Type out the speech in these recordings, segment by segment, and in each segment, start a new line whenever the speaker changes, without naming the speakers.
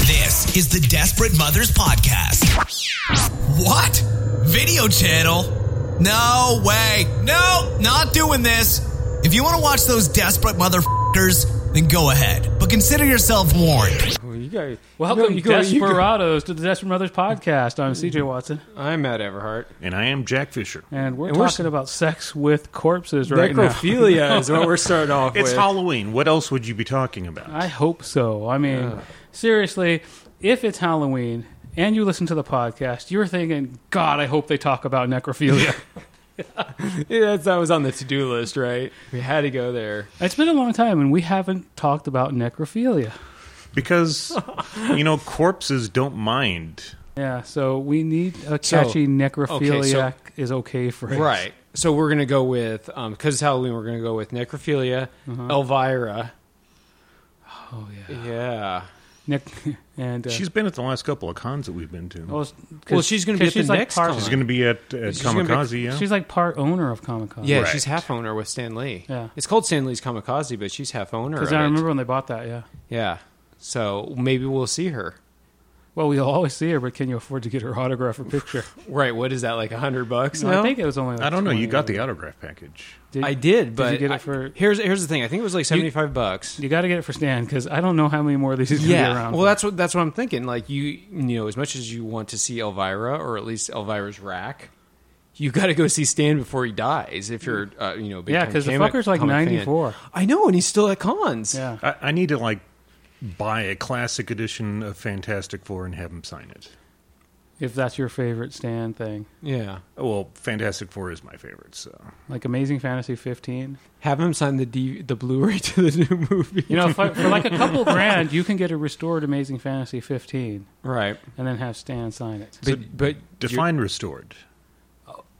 This is the Desperate Mothers Podcast. What? Video channel? No way. No, not doing this. If you want to watch those desperate motherfuckers, then go ahead. But consider yourself warned.
Well, you got,
Welcome,
you go- you go-
desperados, to the Desperate Mothers podcast. I'm CJ Watson,
I'm Matt Everhart.
And I am Jack Fisher.
and we're
And we're
talking about sex with corpses right now.
Necrophilia is what we're starting off
It's
with.
Halloween. What else would you be talking about?
I hope so. I mean, seriously, if it's Halloween and you listen to the podcast, you're thinking, God, I hope they talk about necrophilia.
yeah, that's, that was on the to-do list, right? We had to go there.
it's been a long time, and we haven't talked about necrophilia.
Because, you know, corpses don't mind.
Yeah, so we need a
So-
catchy necrophiliac
okay,
is okay for
Right. So we're gonna go with because it's Halloween. We're gonna go with necrophilia, Elvira.
Oh yeah,
Mm-hmm. Yeah.
Nec- and uh,
She's been at the last couple of cons that we've been to.
well, it's- 'cause-
Well, she's gonna be
'cause
at the
she's like
next
part-
con.
she's going to be at, at
Oh, She's gonna be-
Kamikaze, yeah?
She's like part owner of Comic Con.
Yeah,
Right.
she's half owner with Stan Lee.
Yeah.
It's called Stan Lee's Kamikaze, but she's half owner.
Because
of
I
it.
remember when they bought that, yeah.
Yeah. So maybe we'll see her.
Well, we'll always see her, but can you afford to get her autograph or picture?
Right. What is that like? A hundred bucks?
No,
now?
I think it was only. Like
I don't know.
20
You got the autograph package.
Did,
I did, but
you get it
I-
for-
here's here's the thing. I think it was like seventy five bucks.
You got to get it for Stan because I don't know how many more of these he's gonna be around.
Well, that's what that's what I'm thinking. Like you, you know, as much as you want to see Elvira or at least Elvira's rack, you got to go see Stan before he dies. If you're, uh, you know, a big
Yeah,
time
'cause the
comic-
fucker's like
comic fan.
94.
I know, and he's still at cons.
yeah.
I, I need to, like, buy a classic edition of Fantastic Four and have him sign it.
If that's your favorite Stan thing,
yeah.
Well, Fantastic Four is my favorite, so.
like Amazing Fantasy 15,
Have him sign the D, the Blu-ray to the new movie.
you know, for, for like a couple grand, you can get a restored Amazing Fantasy 15
Right,
and then have Stan sign it.
but but
Define restored.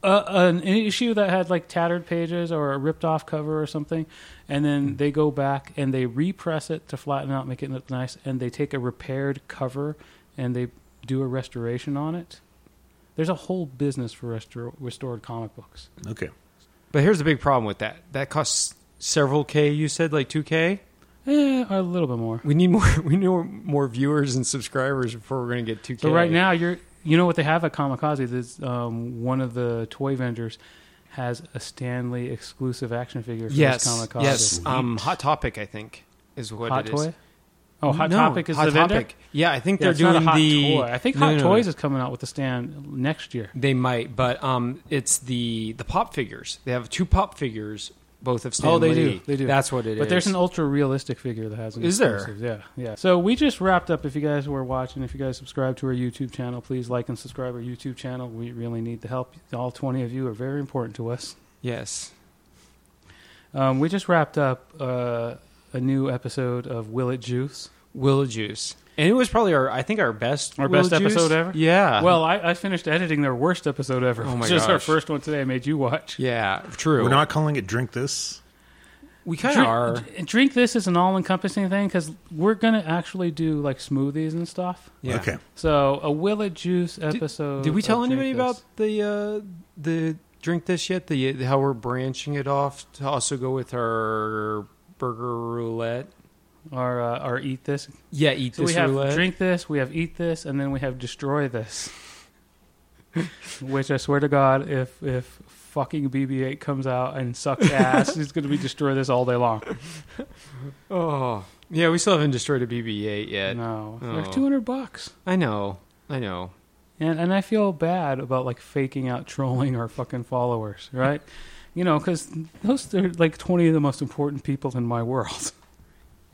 Uh, an issue that had like tattered pages or a ripped off cover or something, and
Hmm.
then they go back and they repress it to flatten out, make it look nice, and they take a repaired cover and they do a restoration on it. There's a whole business for restor- restored comic books.
Okay.
but here's the big problem with that. That costs several k. You said like two k.
Eh, a little bit more.
We need more. We need more viewers and subscribers before we're going to get two k.
So right now you're you know what they have at Kamikaze. This um, one of the toy vendors has a Stanley exclusive action figure. For
yes,
this Kamikaze.
yes. Um, Hot Topic, I think, is what
Hot
it is.
toy. Oh, Hot
No,
Topic is
Hot
the vendor.
Topic. Yeah, I think
Yeah,
they're
it's
doing
not a hot
the.
toy. I think
No,
Hot
no, no.
Toys is coming out with the stand next year.
They might, but um, it's the the pop figures. They have two pop figures, both of Stan
oh, they
Lee.
do. They do.
That's what it is.
but there's an ultra realistic figure that has. An
Is there?
exclusive. Yeah, yeah. So we just wrapped up. If you guys were watching, if you guys subscribe to our YouTube channel, please like and subscribe our YouTube channel. We really need the help. All 20 of you are very important to us.
yes.
Um, we just wrapped up uh, a new episode of Will It Juice.
Willow Juice, and it was probably our I think our best
Our
Willow
best
Juice.
episode ever?
Yeah.
Well, I, I finished editing their worst episode ever.
Oh my
which is our
gosh.
first one today. I made you watch.
yeah, true.
We're not calling it Drink This.
We kind of
Drink,
are.
drink this is an all-encompassing thing because we're gonna actually do like smoothies and stuff.
Yeah.
Okay.
So a Will It Juice
Did-
episode.
Did, we tell
of Drink
anybody
This.
about the uh, the drink this yet? The how we're branching it off to also go with our burger roulette.
our uh, our eat this?
Yeah, eat
So
this
we have
roulette.
drink this, we have eat this, and then we have destroy this. Which I swear to God, if if fucking BB-8 comes out and sucks ass, he's gonna be destroy this all day long.
Oh, yeah, we still haven't destroyed a BB-8 yet.
No,
Oh.
they're two hundred bucks,
I know, I know.
and and I feel bad about like faking out trolling our fucking followers, right? you know, because those are like twenty of the most important people in my world.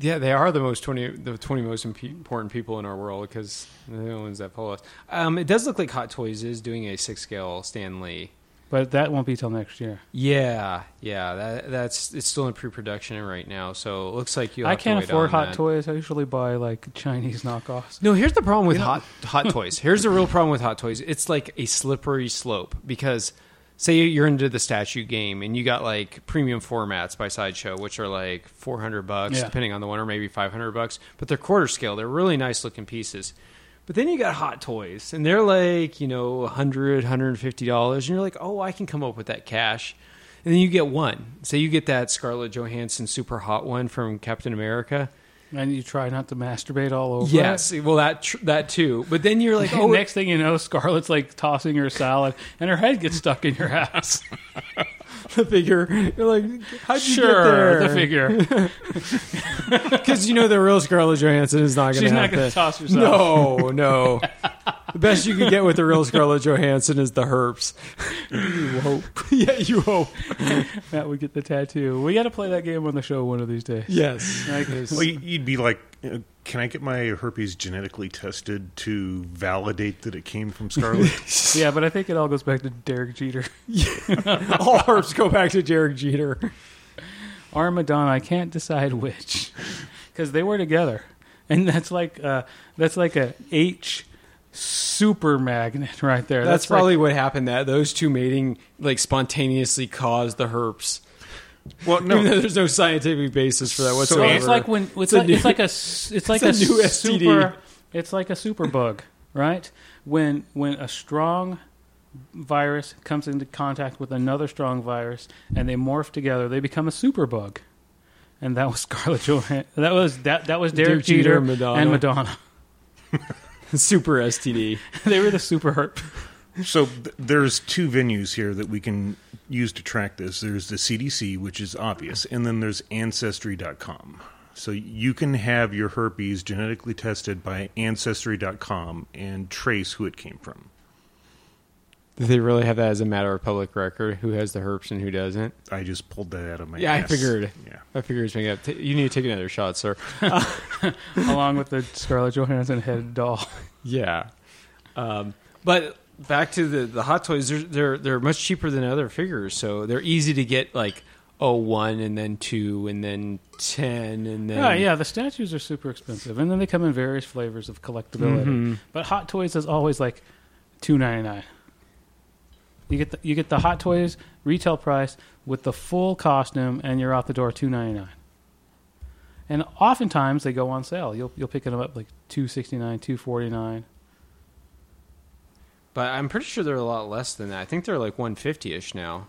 Yeah, they are the most twenty, the twenty most imp- important people in our world because they're the ones that follow us. Um, it does look like Hot Toys is doing a six scale Stanley.
But that won't be till next year.
Yeah, yeah, that, that's it's still in pre production right now, so it looks like you.
I can't afford Hot
Toys.
Toys. I usually buy like Chinese knockoffs.
No, here's the problem with hot hot toys. Here's the real problem with hot toys. It's like a slippery slope because say you're into the statue game and you got like premium formats by Sideshow, which are like 400 bucks
Yeah.
depending on the one or maybe 500 bucks, but they're quarter scale. They're really nice looking pieces. But then you got hot toys and they're like, you know, 100, 150 dollars and you're like, "Oh, I can come up with that cash." And then you get one. Say you get that Scarlett Johansson super hot one from Captain America.
and you try not to masturbate all over.
Yes,
it.
well that tr- that too. But then you're like, oh,
Next thing you know, Scarlett's like tossing her salad, and her head gets stuck in your ass.
the figure. You're like, how'd you get
sure,
there?
the figure.
because you know the real Scarlett Johansson is not going to.
She's not
have
going
to
to toss herself.
No, no. the best you can get with the real Scarlett Johansson is the herps. You hope. yeah, you hope.
Matt would get the tattoo. We got to play that game on the show one of these days.
Yes.
Like,
Well, y- you'd be like, uh, can I get my herpes genetically tested to validate that it came from Scarlet?
yeah, but I think it all goes back to Derek Jeter.
All herps go back to Derek Jeter.
or Madonna. I can't decide which because they were together, and that's like uh, that's like a H super magnet right there.
That's,
like-
probably what happened. That those two mating like spontaneously caused the herps.
well,
Even though
no.
there's no scientific basis for that
So
whatsoever.
Well, it's like when it's,
It's a
like
new-
it's like a s- it's like a,
it's a new STD.
super it's like a super bug, right? When when a strong virus comes into contact with another strong virus and they morph together, they become a super bug. And that was Scarlett Johansson. That was that that was Derek,
Derek Jeter
Jeter,
and Madonna.
and Madonna.
super STD.
they were the super herp.
So th- there's two venues here that we can use to track this. There's the CDC, which is obvious, and then there's Ancestry.com. So you can have your herpes genetically tested by Ancestry.com and trace who it came from.
Do they really have that as a matter of public record? Who has the herps and who doesn't?
I just pulled that out of my
Yeah, I
ass.
figured.
Yeah.
I figured it's making up. T- you need to take another shot, sir.
along with the Scarlett Johansson head doll.
Yeah. Um, but back to the, the hot toys, they're, they're they're much cheaper than other figures, so they're easy to get like oh one and then two and then ten and then
Yeah, Ah, yeah, the statues are super expensive, and then they come in various flavors of collectability.
Mm-hmm.
But Hot Toys is always like two ninety nine. You get the, you get the Hot Toys retail price with the full costume, and you're out the door two ninety nine. And oftentimes they go on sale. You'll you'll pick them up like two sixty nine, two forty nine.
But I'm pretty sure they're a lot less than that. I think they're like one fifty ish now.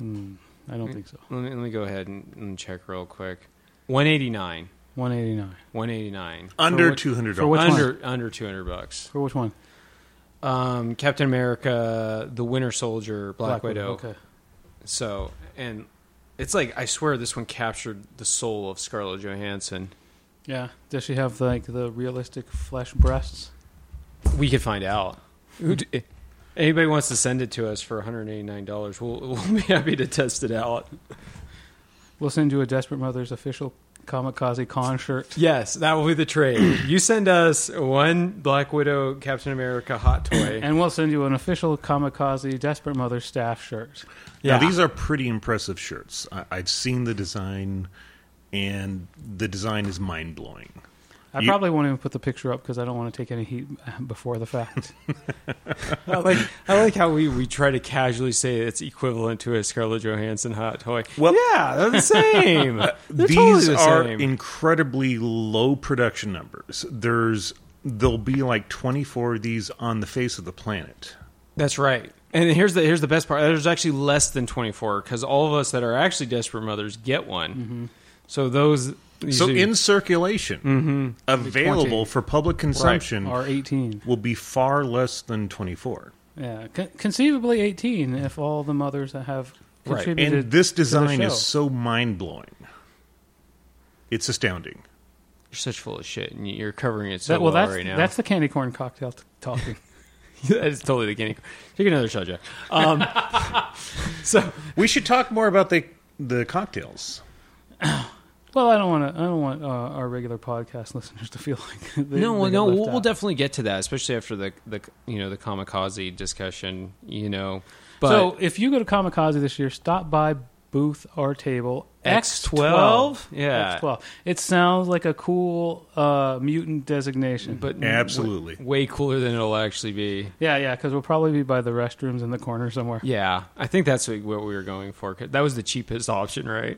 I don't think so.
Let, me, let me go ahead and, and check real quick. One eighty nine.
One eighty nine
One eighty nine.
Under
what-
$200.
for what- Which one?
under under two hundred bucks.
for which one?
Um, Captain America, the Winter Soldier, Black, Widow. So and it's like I swear this one captured the soul of Scarlett Johansson.
Yeah. Does she have like the realistic flesh breasts?
We could find out. Who d- Anybody wants to send it to us for one hundred eighty nine dollars? We'll we'll be happy to test it out.
We'll send you a Desperate Mother's official Kamikaze Con shirt.
Yes, that will be the trade. You send us one Black Widow, Captain America hot toy.
And we'll send you an official Kamikaze Desperate Mother staff shirt.
Now, these are pretty impressive shirts. I- I've seen the design, and the design is mind blowing.
I
You-
probably won't even put the picture up because I don't want to take any heat before the fact.
I like I like how we, we try to casually say it's equivalent to a Scarlett Johansson hot toy.
Well-
yeah, they're the same. They're
These
totally the
are
same.
incredibly low production numbers. There's there'll be like 24 of these on the face of the planet.
That's right. And here's the here's the best part. There's actually less than 24 because all of us that are actually desperate mothers get one. So those
So
usually-
in circulation,
Mm-hmm.
available for public consumption,
or 18.
will be far less than 24.
Yeah. Con- conceivably 18 if all the mothers that have
Right.
contributed.
And this
to the
design
show.
is so mind blowing. It's astounding.
you're such full of shit and you're covering it so
That- well,
well
that's,
right now.
that's the candy corn cocktail t- talking.
that's totally the guinea. Take another shot, Jack. Um, so
We should talk more about the the cocktails.
well, I don't want to. I don't want uh, our regular podcast listeners to feel like they,
no,
they
well,
got
no,
left
we'll, we'll
out.
definitely get to that, especially after the the you know the kamikaze discussion. You know, but
so if you go to Kamikaze this year, stop by booth or table
X12? Yeah.
X12. It sounds like a cool uh, mutant designation.
but
Absolutely.
way cooler than it'll actually be.
yeah, yeah, because we'll probably be by the restrooms in the corner somewhere.
Yeah, I think that's what what we were going for. 'cause That was the cheapest option, right?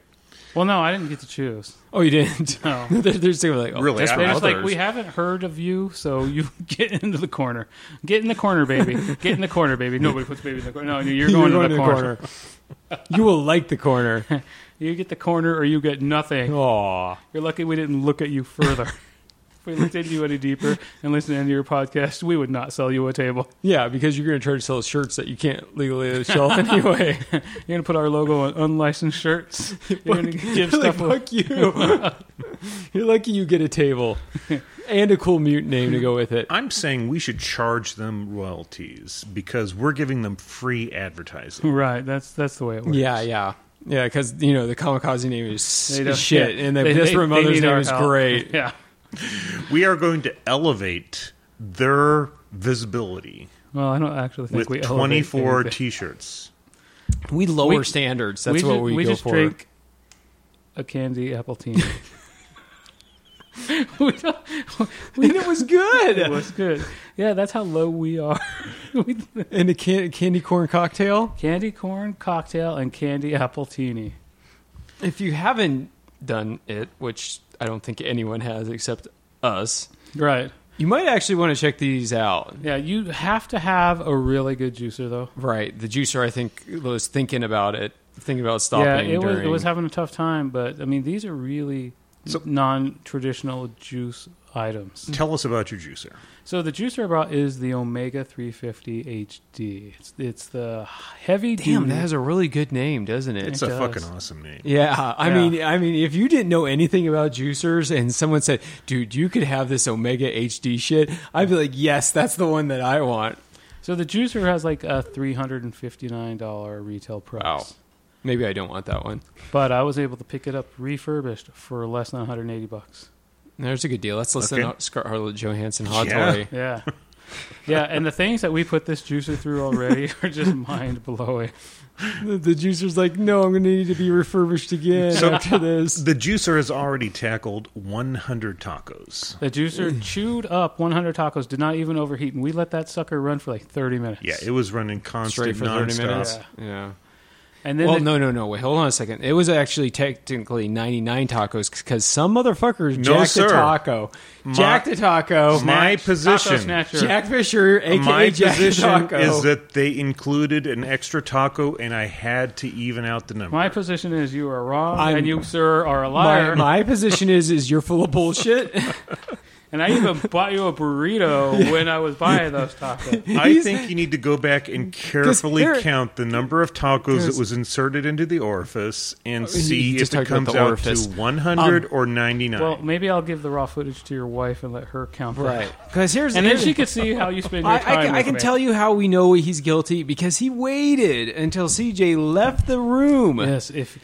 Well, no, I didn't get to choose.
Oh, you didn't.
No.
they're, they're just like oh,
Really?
that's
I-
what
They're just like,
others-
we haven't heard of you, so you get into the corner. Get in the corner, baby. Get in the corner, baby. Nobody puts baby in the corner. No, you're going, to, the corner.
you will like the corner.
You get the corner, or you get nothing.
Aw.
You're lucky we didn't look at you further. we looked into you any deeper and listened into your podcast, we would not sell you a table.
Yeah, because you're going to try to sell shirts that you can't legally sell anyway.
You're going to put our logo on unlicensed shirts. You're going to give
Like,
stuff.
fuck you. you're lucky you get a table and a cool mute name to go with it.
I'm saying we should charge them royalties because we're giving them free advertising.
Right, that's that's the way it works.
Yeah, yeah. Yeah, because, you know, the kamikaze name is
They don't-
shit,
yeah,
and the
they-
Piss
they-
Room
they
Mother's
need
name
our
is
help.
great.
Yeah.
We are going to elevate their visibility
Well, I don't actually think
with
we elevate
24
anything.
t-shirts.
We lower
We-
standards. That's
we
what
ju-
we,
we
go
just
for.
drink a candy apple tea. we don't,
And it was good.
it was good. Yeah, that's how low we are. we,
And a can- candy corn cocktail.
candy corn cocktail and candy apple teeny.
If you haven't done it, which I don't think anyone has except us,
Right.
you might actually want to check these out.
Yeah, you have to have a really good juicer though.
Right, the juicer. I think was thinking about it, thinking about stopping.
yeah, it was it
during-
was having a tough time, but I mean these are really non-traditional juice items.
Tell us about your juicer.
So the juicer I brought is the Omega 350 HD. It's, it's the heavy
Damn,
duty-
that has a really good name, doesn't it?
It's
It
a
does.
fucking awesome name.
yeah, I
Yeah.
mean, I mean, if you didn't know anything about juicers and someone said, "Dude, you could have this Omega HD shit," I'd be like, "Yes, that's the one that I want."
So the juicer has like a three hundred and fifty nine dollar retail price.
maybe I don't want that one.
But I was able to pick it up refurbished for less than one hundred and eighty bucks.
There's a good deal. That's less
Okay.
than Scarlett Johansson hot
Yeah.
toy.
Yeah. Yeah, and the things that we put this juicer through already are just mind blowing.
The, the juicer's like, no, I'm going to need to be refurbished again
So-
after this.
The juicer has already tackled 100 tacos.
The
Mm.
juicer chewed up 100 tacos, did not even overheat, and we let that sucker run for like 30 minutes.
Yeah, it was running
Straight
constant
for 30
nonstop.
minutes. Yeah.
and then
Well,
the-
no, no, no. Wait, hold on a second. It was actually technically 99 tacos because some motherfuckers
No,
jacked
sir.
a taco. jacked a taco.
My
Taco
position,
snatcher.
Jack Fisher, a.k.a.
my
Jack
position
Taco.
is that they included an extra taco, and I had to even out the number.
My position is you are wrong,
I'm-
and you, sir, are a
my,
liar.
my position is is you're full of bullshit.
and I even bought you a burrito when I was buying those tacos.
I think you need to go back and carefully
there-
count the number of tacos that
there's-
was inserted into the orifice and
you
see
just
if it
talked about
comes
the
out
orifice. Um,
to 100 or 99.
Well, maybe I'll give the raw footage to your wife and let her count that.
Because here's
And then
here's-
she could see how you spend your
I,
time.
I, can- I
with
can
me.
tell you how we know he's guilty because he waited until CJ left the room.
Yes, if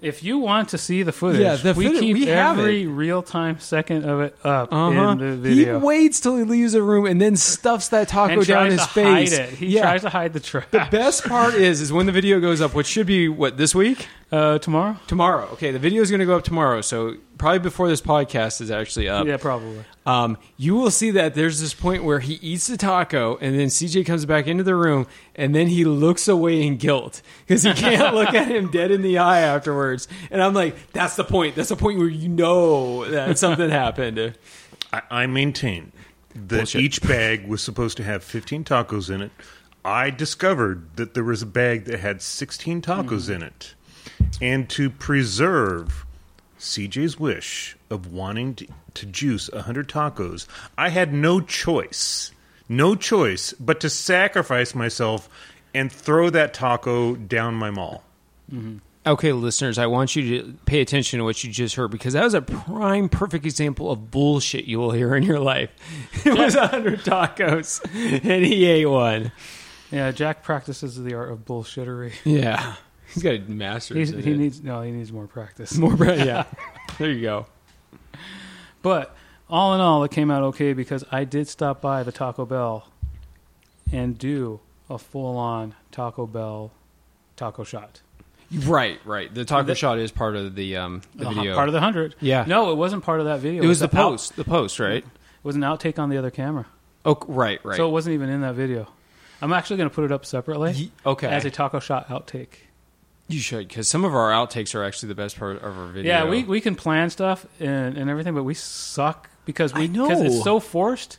if you want to see the footage,
Yeah, the
we
footage-
keep
we have
every
it.
real time second of it up
Uh-huh.
in the
He
video.
waits till he leaves the room and then stuffs that taco
and
down
tries
his
to
face.
hide it. He
yeah.
tries to hide the trash.
the best part is is when the video goes up, which should be what this week,
uh, tomorrow?
tomorrow. Okay, the video is going to go up tomorrow, so probably before this podcast is actually up.
Yeah, probably.
Um, you will see that there's this point where he eats the taco, and then CJ comes back into the room, and then he looks away in guilt because he can't look at him dead in the eye afterwards. And I'm like, that's the point. That's the point where you know that something happened.
I, I maintain that
Bullshit.
each bag was supposed to have 15 tacos in it. I discovered that there was a bag that had 16 tacos in it. And to preserve CJ's wish of wanting to, to juice 100 tacos, I had no choice, no choice but to sacrifice myself and throw that taco down my mall.
Okay, listeners, I want you to pay attention to what you just heard because that was a prime, perfect example of bullshit you will hear in your life. It was 100 tacos, and he ate one.
Yeah, Jack practices the art of bullshittery.
Yeah, he's got a master.
He's, he needs no, he needs more practice.
more bread. Yeah, there you go.
But all in all, it came out okay because I did stop by the Taco Bell and do a full on Taco Bell taco shot.
Right, right. The taco shot is part of the um the,
The hu-
video.
Uh-huh. part of the hundred.
Yeah.
No, it wasn't part of that video.
it was the
an out-
post, the post, right?
it was an outtake on the other camera,
Oh, right, right.
so it wasn't even in that video. I'm actually going to put it up separately.
Ye- okay.
As a taco shot outtake.
you should because some of our outtakes are actually the best part of our video.
Yeah, we, we can plan stuff and, and everything, but we suck because we
I know.
because it's so forced.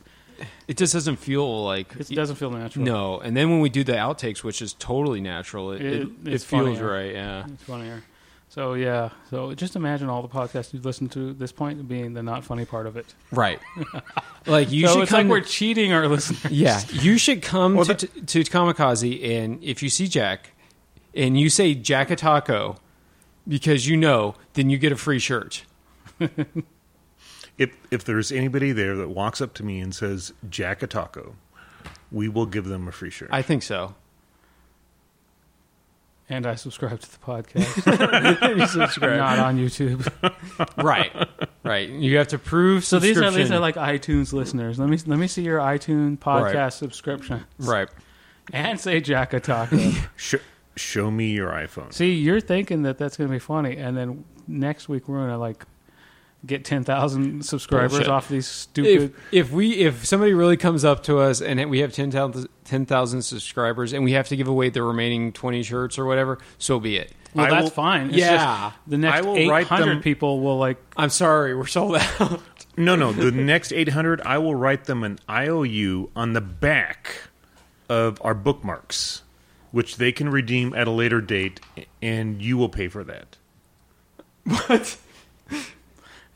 it just doesn't feel like
It doesn't feel natural.
No, and then when we do the outtakes, which is totally natural, it
It-
it, it
it's
feels
funnier.
right. Yeah,
It's funnier. So yeah, so just imagine all the podcasts you've listened to at this point being the not funny part of it.
Right. like you
so
should
it's
come.
like we're cheating our listeners.
yeah, you should come
Well,
to,
that-
to Kamikaze, and if you see Jack, and you say Jack a taco, because you know, then you get a free shirt.
If if there's anybody there that walks up to me and says Jack a taco, we will give them a free shirt.
I think so.
And I subscribe to the podcast. Not on YouTube.
Right. Right. You have to prove.
So these are these
subscription.
are like iTunes listeners. Let me let me see your iTunes podcast
Right.
subscription
right.
and say Jack a Taco.
Sh- show me your iPhone.
see, you're thinking that that's going to be funny, and then next week we're going to like get ten thousand subscribers
Bullshit.
off these stupid.
If if we if somebody really comes up to us and we have 10,000 10,000 subscribers and we have to give away the remaining twenty shirts or whatever, so be it.
well,
I
that's
will-
fine. It's
Yeah.
just the next
I will
eight
write them-
hundred people will like
I'm sorry, we're sold out.
No, no. The next 800, I will write them an IOU on the back of our bookmarks, which they can redeem at a later date, and you will pay for that.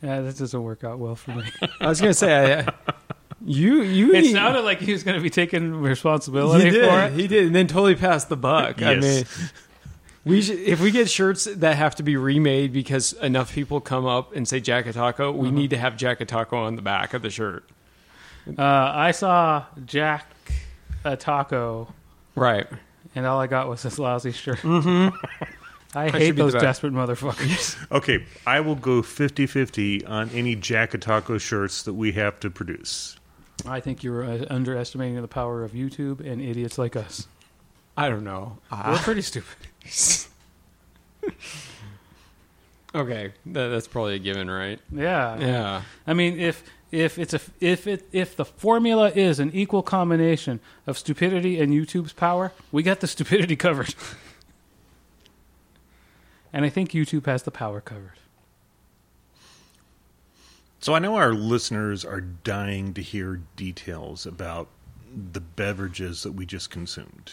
Yeah, this doesn't work out well for me.
I was gonna say, I, you you
it sounded like he was going to be taking responsibility
he did,
for it.
He did, and then totally passed the buck. I
Yes.
mean, we should, if we get shirts that have to be remade because enough people come up and say Jack a Taco, we need to have Jack a Taco on the back of the shirt.
Uh, I saw Jack a taco,
Right.
and all I got was this lousy shirt. I hate
should be the
those
best.
desperate motherfuckers.
Okay, I will go 50 50 on any Jack Taco shirts that we have to produce.
I think you were uh, underestimating the power of YouTube and idiots like us.
I don't know.
We're pretty stupid.
Okay, that, that's probably a given, right?
Yeah.
Yeah.
I mean, if if it's a if it if the formula is an equal combination of stupidity and YouTube's power, we got the stupidity covered. and I think YouTube has the power covered.
So I know our listeners are dying to hear details about the beverages that we just consumed.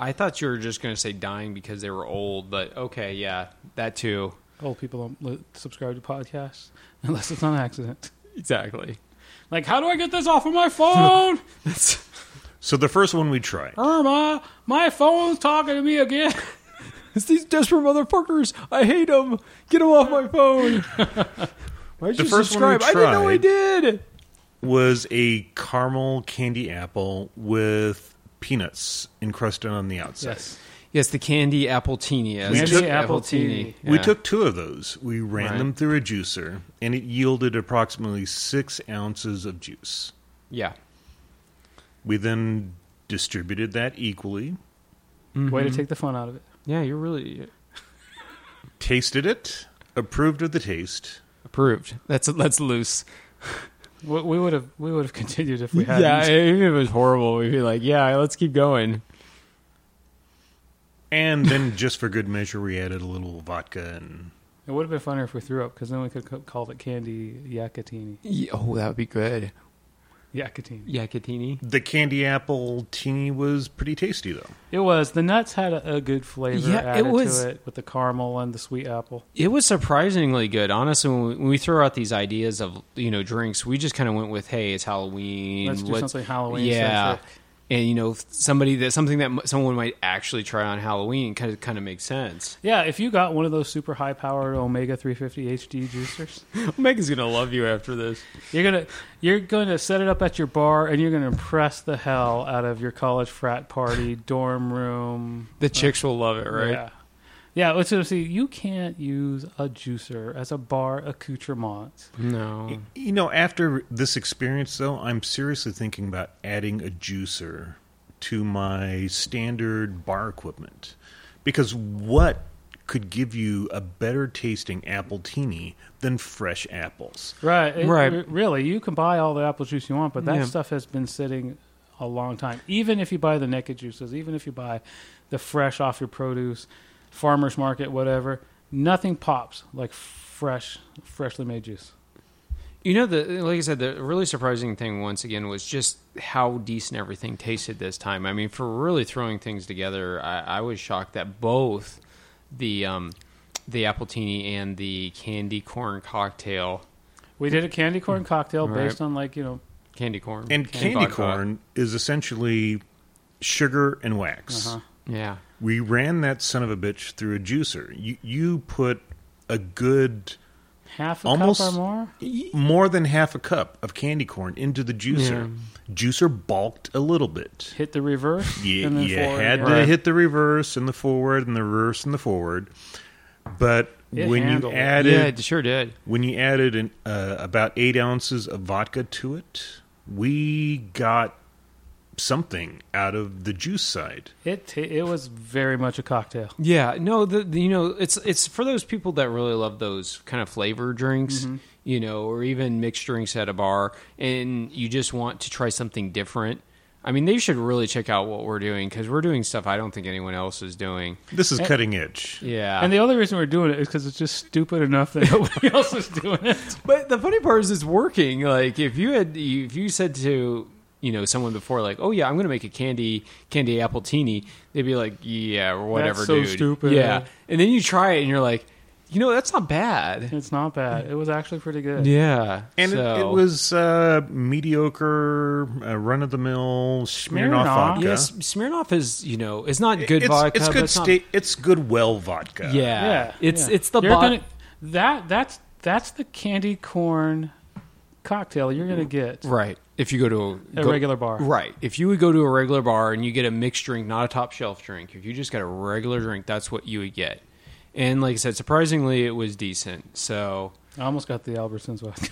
I thought you were just going to say dying because they were old, but okay, yeah, that too.
Old Oh, people don't li- subscribe to podcasts unless it's on accident.
Exactly.
Like, how do I get this off of my phone?
So the first one we tried.
Irma, Oh, my phone's talking to me again.
It's these desperate motherfuckers. I hate them. Get them off my phone. Why'd
The
you
first one we
subscribe? I didn't know I
tried-
did.
was a caramel candy apple with peanuts encrusted on the outside.
yes.
Yes, the candy apple teeny. as
We
it's
took-
apple
Appletini.
teeny.
We
Yeah.
took two of those. We ran
Right.
them through a juicer, and it yielded approximately six ounces of juice.
yeah.
We then distributed that equally,
Way to take the fun out of it.
Yeah, you're really
tasted it, approved of the taste.
approved. That's that's loose.
We- We would have we would have continued if we hadn't.
Yeah, even if it was horrible, we'd be like, yeah, let's keep going.
And then, just for good measure, we added a little vodka and
It would have been funner if we threw up because then we could c- call it candy yakatini.
Yeah, oh, that would be good.
Yakatini.
Yakatini.
the candy apple teeny was pretty tasty, though.
It was the nuts had a, a good flavor
Yeah, it
added
was-
to it with the caramel and the sweet apple.
It was surprisingly good, honestly. When we, when we throw out these ideas of you know drinks, we just kind of went with, "Hey, it's Halloween.
Let's do something Halloween
Yeah,
centric.
and you know, somebody that something that m- someone might actually try on Halloween kind of kind of makes sense.
Yeah, if you got one of those super high powered omega 350 HD juicers,
Megan's gonna love you after this.
you're gonna you're gonna set it up at your bar and you're gonna impress the hell out of your college frat party dorm room.
The chicks will love it, right?
Yeah. Yeah, let's just see. You can't use a juicer as a bar accoutrement.
No,
You know, after this experience, though, I'm seriously thinking about adding a juicer to my standard bar equipment. Because what could give you a better tasting apple teeny than fresh apples?
Right, it-
Right.
r- really, you can buy all the apple juice you want, but that
Yeah.
stuff has been sitting a long time. Even if you buy the naked juices, even if you buy the fresh off your produce, farmers market, whatever, nothing pops like fresh, freshly made juice.
you know the like I said, the really surprising thing once again was just how decent everything tasted this time. I mean, for really throwing things together, I, I was shocked that both the um, the apple tini and the candy corn cocktail.
We did a candy corn cocktail
Hmm. Right.
based on like you know
Candy corn
And candy
vodka.
corn is essentially sugar and wax.
Yeah.
We ran that son of a bitch through a juicer. You you put a good
half a
almost
cup or more.
more than half a cup of candy corn into the juicer. Juicer balked a little bit.
Hit the reverse.
You,
and then
you
forward,
had
yeah.
to hit the reverse and the forward and the reverse and the forward. But
It
when you
handled it.
added
yeah, it sure did.
when you added an, uh, about eight ounces of vodka to it, we got something out of the juice side.
It ta- it was very much a cocktail.
Yeah, no, the, the you know it's it's for those people that really love those kind of flavor drinks,
Mm-hmm.
you know, or even mixed drinks at a bar, and you just want to try something different. I mean, they should really check out what we're doing because we're doing stuff I don't think anyone else is doing.
This
Eh,
is cutting edge.
Yeah,
And the only reason we're doing it is because it's just stupid enough that nobody else is doing it.
But the funny part is, it's working. Like if you had, if you said to you know someone before, like, oh yeah, I'm going to make a candy candy apple teeny, they'd be like, yeah, or whatever,
That's so
dude.
stupid.
Yeah, and then you try it, and you're like, you know, that's not bad.
It's not bad. It was actually pretty good.
Yeah,
And
so,
it, it was uh, mediocre, uh, run of the mill Smirnoff
Smirnoff.
vodka.
Yes, Smirnoff is you know it's not good
it's,
vodka.
It's
but
good.
it's not-
sta- it's good. Well, vodka.
yeah,
yeah.
It's
yeah.
it's the
You're
bo-
gonna- that that's that's the candy corn cocktail you're gonna get
right. If you go to
at
go-
a regular bar.
Right. If you would go to a regular bar and you get a mixed drink, not a top shelf drink, if you just got a regular drink, that's what you would get. And like I said, surprisingly, it was decent. So
I almost got the Albertsons vodka.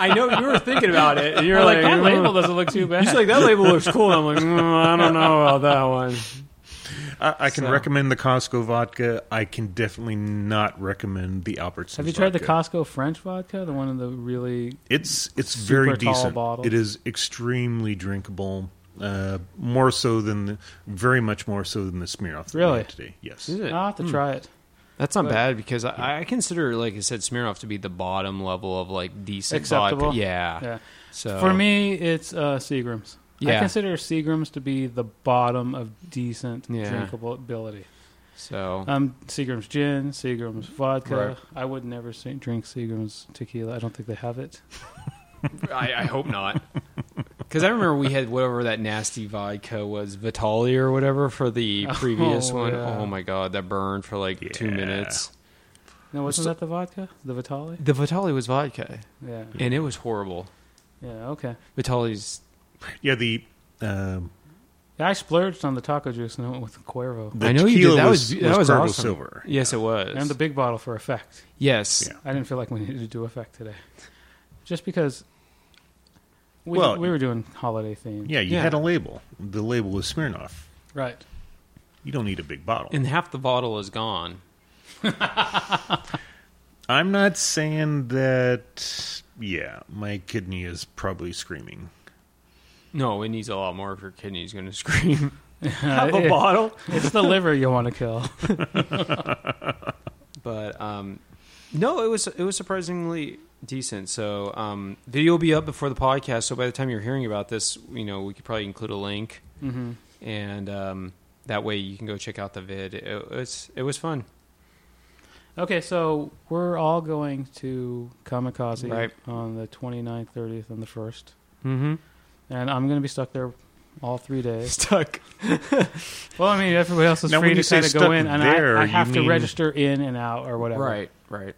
I know you were thinking about it, and you're
Like
like,
that
"Mm."
label doesn't look too bad.
He's like, that label looks cool. I'm like, "Mm, I don't know about that one.
I, I can
So-
recommend the Costco vodka. I can definitely not recommend the Albertsons.
Have you tried the
vodka.
Costco French vodka? The one in the really
It's it's
Super
very
tall
decent.
bottle.
It is extremely drinkable. Uh, more so than the, very much more so than the Smirnoff. that we
Really?
had today. Yes.
Is it?
I'll have to try it.
That's not bad because I, I consider, like I said, Smirnoff to be the bottom level of like decent
Acceptable.
vodka. Yeah.
Yeah.
So
For me, it's uh, Seagrams. I
Yeah.
consider Seagrams to be the bottom of decent
Yeah.
drinkable ability.
so
Um, Seagrams gin, Seagrams vodka.
Right.
I would never se- drink Seagrams tequila. I don't think they have it.
I, I hope not. Because I remember we had whatever that nasty vodka was, Vitali or whatever, for the previous
Oh,
one.
yeah.
Oh my god, that burned for like two
Yeah.
minutes.
No, wasn't
So-
that the vodka? The Vitali?
The Vitali was vodka,
Yeah.
and it was horrible.
Yeah. Okay.
Vitali's
Yeah. The um
Yeah, I splurged on the taco juice and I went with the Cuervo
the
I know you
tequila
did. That
was,
was, that was
Purple
awesome.
Silver.
Yes, it was.
and the big bottle for effect.
yes,
Yeah.
I didn't feel like we needed to do effect today, just because. We,
Well-
we were doing holiday theme.
Yeah. You
Yeah.
had a label. The label was Smirnoff.
Right.
You don't need a big bottle.
and half the bottle is gone.
I'm not saying that. Yeah, my kidney is probably screaming.
No, it needs a lot more if your kidney's going to scream.
Have
a
bottle. It's the liver you want to kill.
But um, no, it was it was surprisingly decent. So um, video will be up before the podcast. So by the time you're hearing about this, you know we could probably include a link, and um, that way you can go check out the vid. It, it's it was fun.
Okay, so we're all going to Kamikaze
Right.
on the 29th, 30th, and the 1st.
Mm-hmm.
And I'm going to be stuck there all three days.
Stuck.
Well, I mean, everybody else is
Now,
free
when
to
you say
kind of
stuck
go in, and I-
there,
I,
you
have to
mean-
register in and out or whatever.
Right. Right.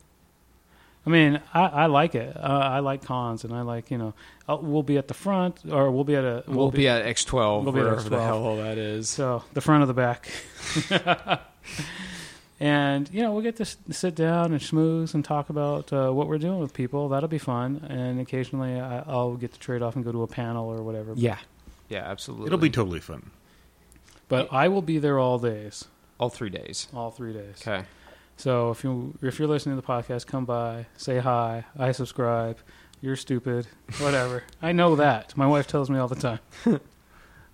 I mean, I, I like it. Uh, I like cons, and I like, you know, uh, we'll be at the front, or we'll be at a.
We'll, be, at X twelve.
we'll
We'll
be at
wherever the
X12.
hell all that is.
So the front of the back. and, you know, we'll get to s- sit down and schmooze and talk about uh, what we're doing with people. That'll be fun. And occasionally I, I'll get to trade off and go to a panel or whatever.
Yeah. Yeah. Absolutely.
It'll be totally fun.
But I will be there all days,
all three days.
all three days.
Okay.
So if you if you're listening to the podcast, come by, say hi. I subscribe. You're stupid. Whatever. I know that. My wife tells me all the time.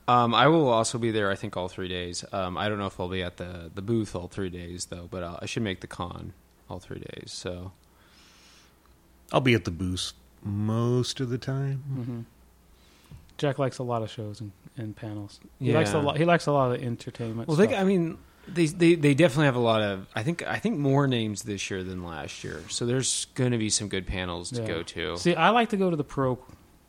Um, I will also be there. I think all three days. Um, I don't know if I'll be at the the booth all three days though, but uh, i I should make the con all three days. So
I'll be at the booth most of the time.
Jack likes a lot of shows and, and panels. He likes a
Yeah.
lot. He likes a lot of entertainment.
Well,
stuff.
they, I mean, They, they they definitely have a lot of I think I think more names this year than last year. So there's going to be some good panels to
Yeah.
go to.
See, I like to go to the pro,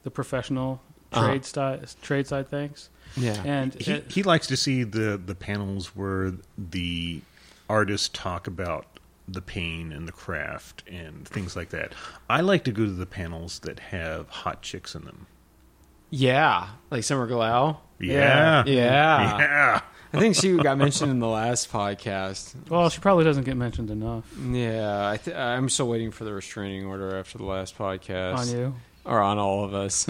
the professional
Uh-huh.
trade side trade side things.
Yeah.
and
He,
it-
he likes to see the, the panels where the artists talk about the pain and the craft and things like that. I like to go to the panels that have hot chicks in them.
yeah, like Summer Glau.
Yeah.
Yeah.
Yeah.
I think she got mentioned in the last podcast.
well, she probably doesn't get mentioned enough
Yeah, I th- I'm still waiting for the restraining order after the last podcast
on you.
or on all of us.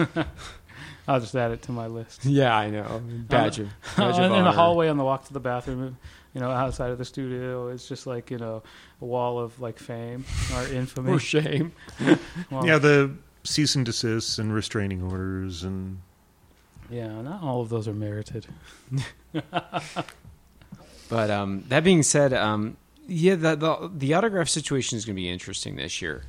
I'll just add it to my list.
yeah, I know. Badge of, badge of
in, in the
honor.
hallway on the walk to the bathroom, you know, outside of the studio, it's just like you know a wall of like fame or infamy.
For shame.
Well,
Yeah, the cease and desists and restraining orders and
yeah, not all of those are merited.
But um, that being said, um, yeah, the, the the autograph situation is going to be interesting this year.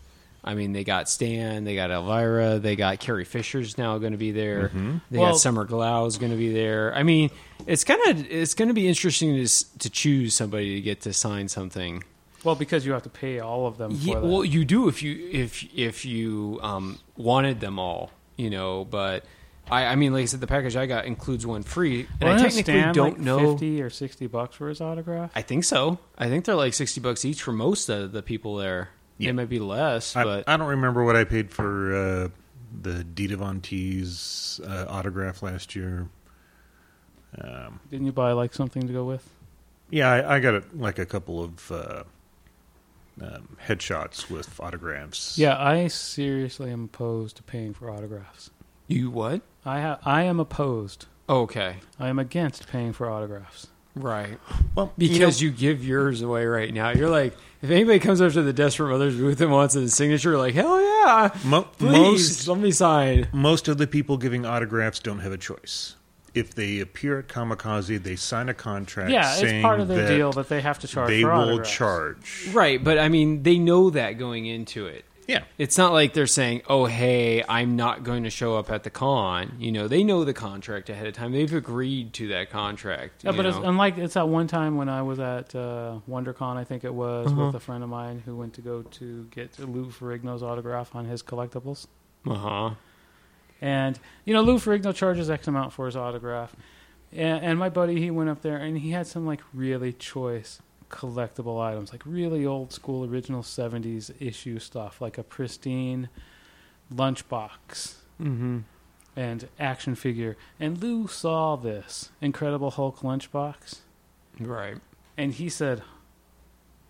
I mean, they got Stan, they got Elvira, they got Carrie Fisher's now going to be there. They
Well-
got Summer Glau's going to be there. I mean, it's kind of it's going to be interesting to s- to choose somebody to get to sign something.
Well, because you have to pay all of them
Yeah,
for that.
well, you do if you if if you um, wanted them all, you know. But I, I mean, like I said, the package I got includes one free, and I
Wasn't
technically
Stan,
don't
like,
know.
fifty or sixty bucks for his autograph.
I think so. I think they're like sixty bucks each for most of the people there.
Yeah.
It might be less,
I,
but
I don't remember what I paid for uh, the Dita Von T's uh, autograph last year. Um,
Didn't you buy like something to go with?
yeah, I, I got a, like a couple of uh, um, headshots with autographs.
Yeah, I seriously am opposed to paying for autographs.
you what? Oh,
I ha- I am opposed.
Okay,
I am against paying for autographs.
right.
Well,
Because you, give yours away right now. You're like, if anybody comes up to the Desperate Mothers booth and wants a signature, like, hell yeah,
mo-
please
most
let me sign.
most of the people giving autographs don't have a choice. If they appear at Kamikaze, they sign a contract.
Yeah,
saying
it's part of their
that
deal that they have to charge.
They
for
will
autographs.
charge.
Right, but I mean, they know that going into it.
Yeah.
It's not like they're saying, "Oh, hey, I'm not going to show up at the con." You know, they know the contract ahead of time. They've agreed to that contract.
Yeah,
you
but it's
know.
unlike it's that one time when I was at uh, WonderCon, I think it was, with a friend of mine who went to go to get Lou Ferrigno's autograph on his collectibles.
uh-huh.
And you know, Lou Ferrigno charges X amount for his autograph. And, and my buddy, he went up there and he had some like really choice collectible items, like really old school original '70s issue stuff, like a pristine lunchbox
Mm-hmm.
and action figure. And Lou saw this Incredible Hulk lunchbox,
Right.
and he said,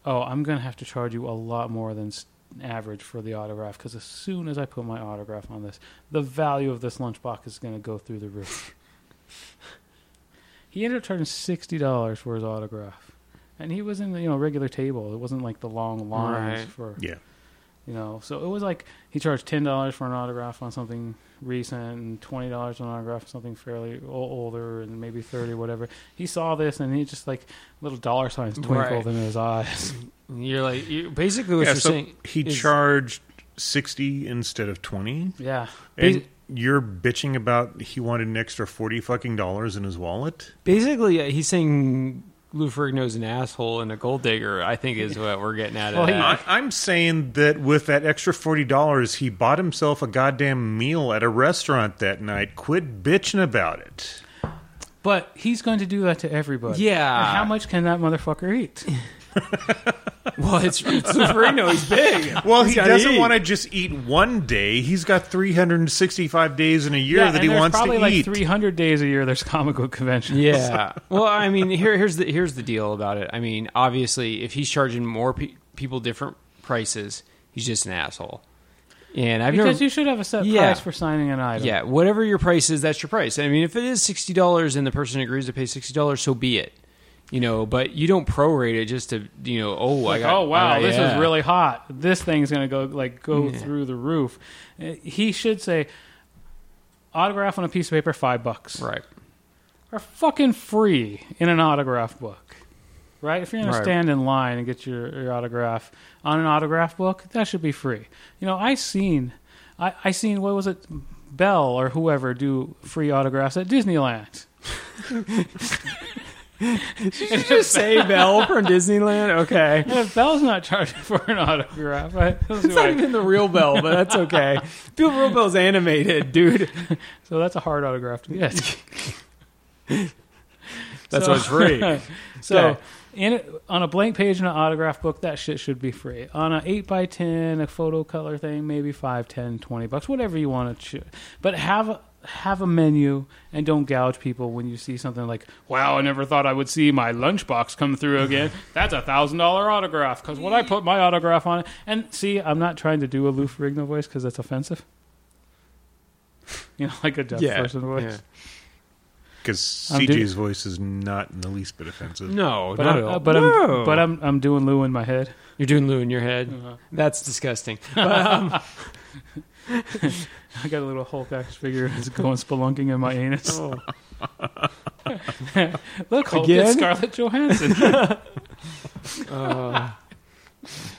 "Oh, I'm gonna have to charge you a lot more than." s average for the autograph because as soon as i put my autograph on this the value of this lunchbox is going to go through the roof he ended up charging $60 for his autograph and he was in the you know regular table it wasn't like the long lines
Right.
for
Yeah.
you know so it was like he charged $10 for an autograph on something recent and $20 on an autograph on something fairly o- older and maybe 30 whatever he saw this and he just like little dollar signs twinkled
Right.
in his eyes
You're like you basically what
Yeah,
you're
so
saying.
he
is-
charged sixty instead of twenty.
yeah
And you're bitching about he wanted an extra forty fucking dollars in his wallet.
Basically, uh, he's saying Lou Ferrigno's an asshole and a gold digger. I think is what we're getting at.
Well,
of
he-
that.
I, I'm saying that with that extra forty dollars, he bought himself a goddamn meal at a restaurant that night. Quit bitching about it.
But he's going to do that to everybody.
Yeah.
And how much can that motherfucker eat?
well, it's, it's Lou Ferrigno. He's big.
Well, he
gotta
doesn't
eat.
want to just eat one day. He's got 365 days in a year that
and
he
there's
wants
probably
to
like
eat.
300 days a year there's comic book conventions.
Yeah. Well, I mean, here, here's the here's the deal about it. I mean, obviously, if he's charging more pe- people different prices, he's just an asshole. And I've
Because
never,
you should have a set
Yeah.
price for signing an item.
yeah, whatever your price is, that's your price. I mean, if it is sixty dollars and the person agrees to pay sixty dollars, so be it. You know, but you don't prorate it just to you know. Oh, I
Like,
got.
oh wow,
I-
this
yeah.
is really hot. This thing's gonna go like go through the roof. Uh, He should say, autograph on a piece of paper, five bucks,
right.
are fucking free in an autograph book, right? If you're gonna
Right.
stand in line and get your, your autograph on an autograph book, that should be free. You know, I seen, I, I seen what was it, Bell or whoever do free autographs at Disneyland.
Did you say Belle from Disneyland? Okay.
And if Bell's not charging for an autograph, I don't see
It's not
why.
even the real Belle, but that's okay. Bill Real Belle's animated, dude.
So that's a hard autograph to get.
That's
So-
what's free.
So
Okay.
in on a blank page in an autograph book, that shit should be free. On an 8 by 10 a photo color thing, maybe 5, 10, 20 bucks, whatever you want to choose. But have a, have a menu and don't gouge people when you see something like, wow, I never thought I would see my lunchbox come through again. That's a $1,000 autograph because when I put my autograph on it. And see, I'm not trying to do a Lou Ferrigno voice because that's offensive. You know, like a deaf
Yeah.
person voice.
yeah.
Because
I'm
CJ's
doing-
voice is not in the least bit offensive.
No,
But,
not
I'm,
at all.
uh, but,
Whoa.
I'm, but I'm, I'm doing Lou in my head.
You're doing Lou in your head. That's disgusting. um,
I got a little Hulk axe figure that's going spelunking in my anus. Look, Hulk
Oh. Again?
it's Scarlett Johansson.
Uh.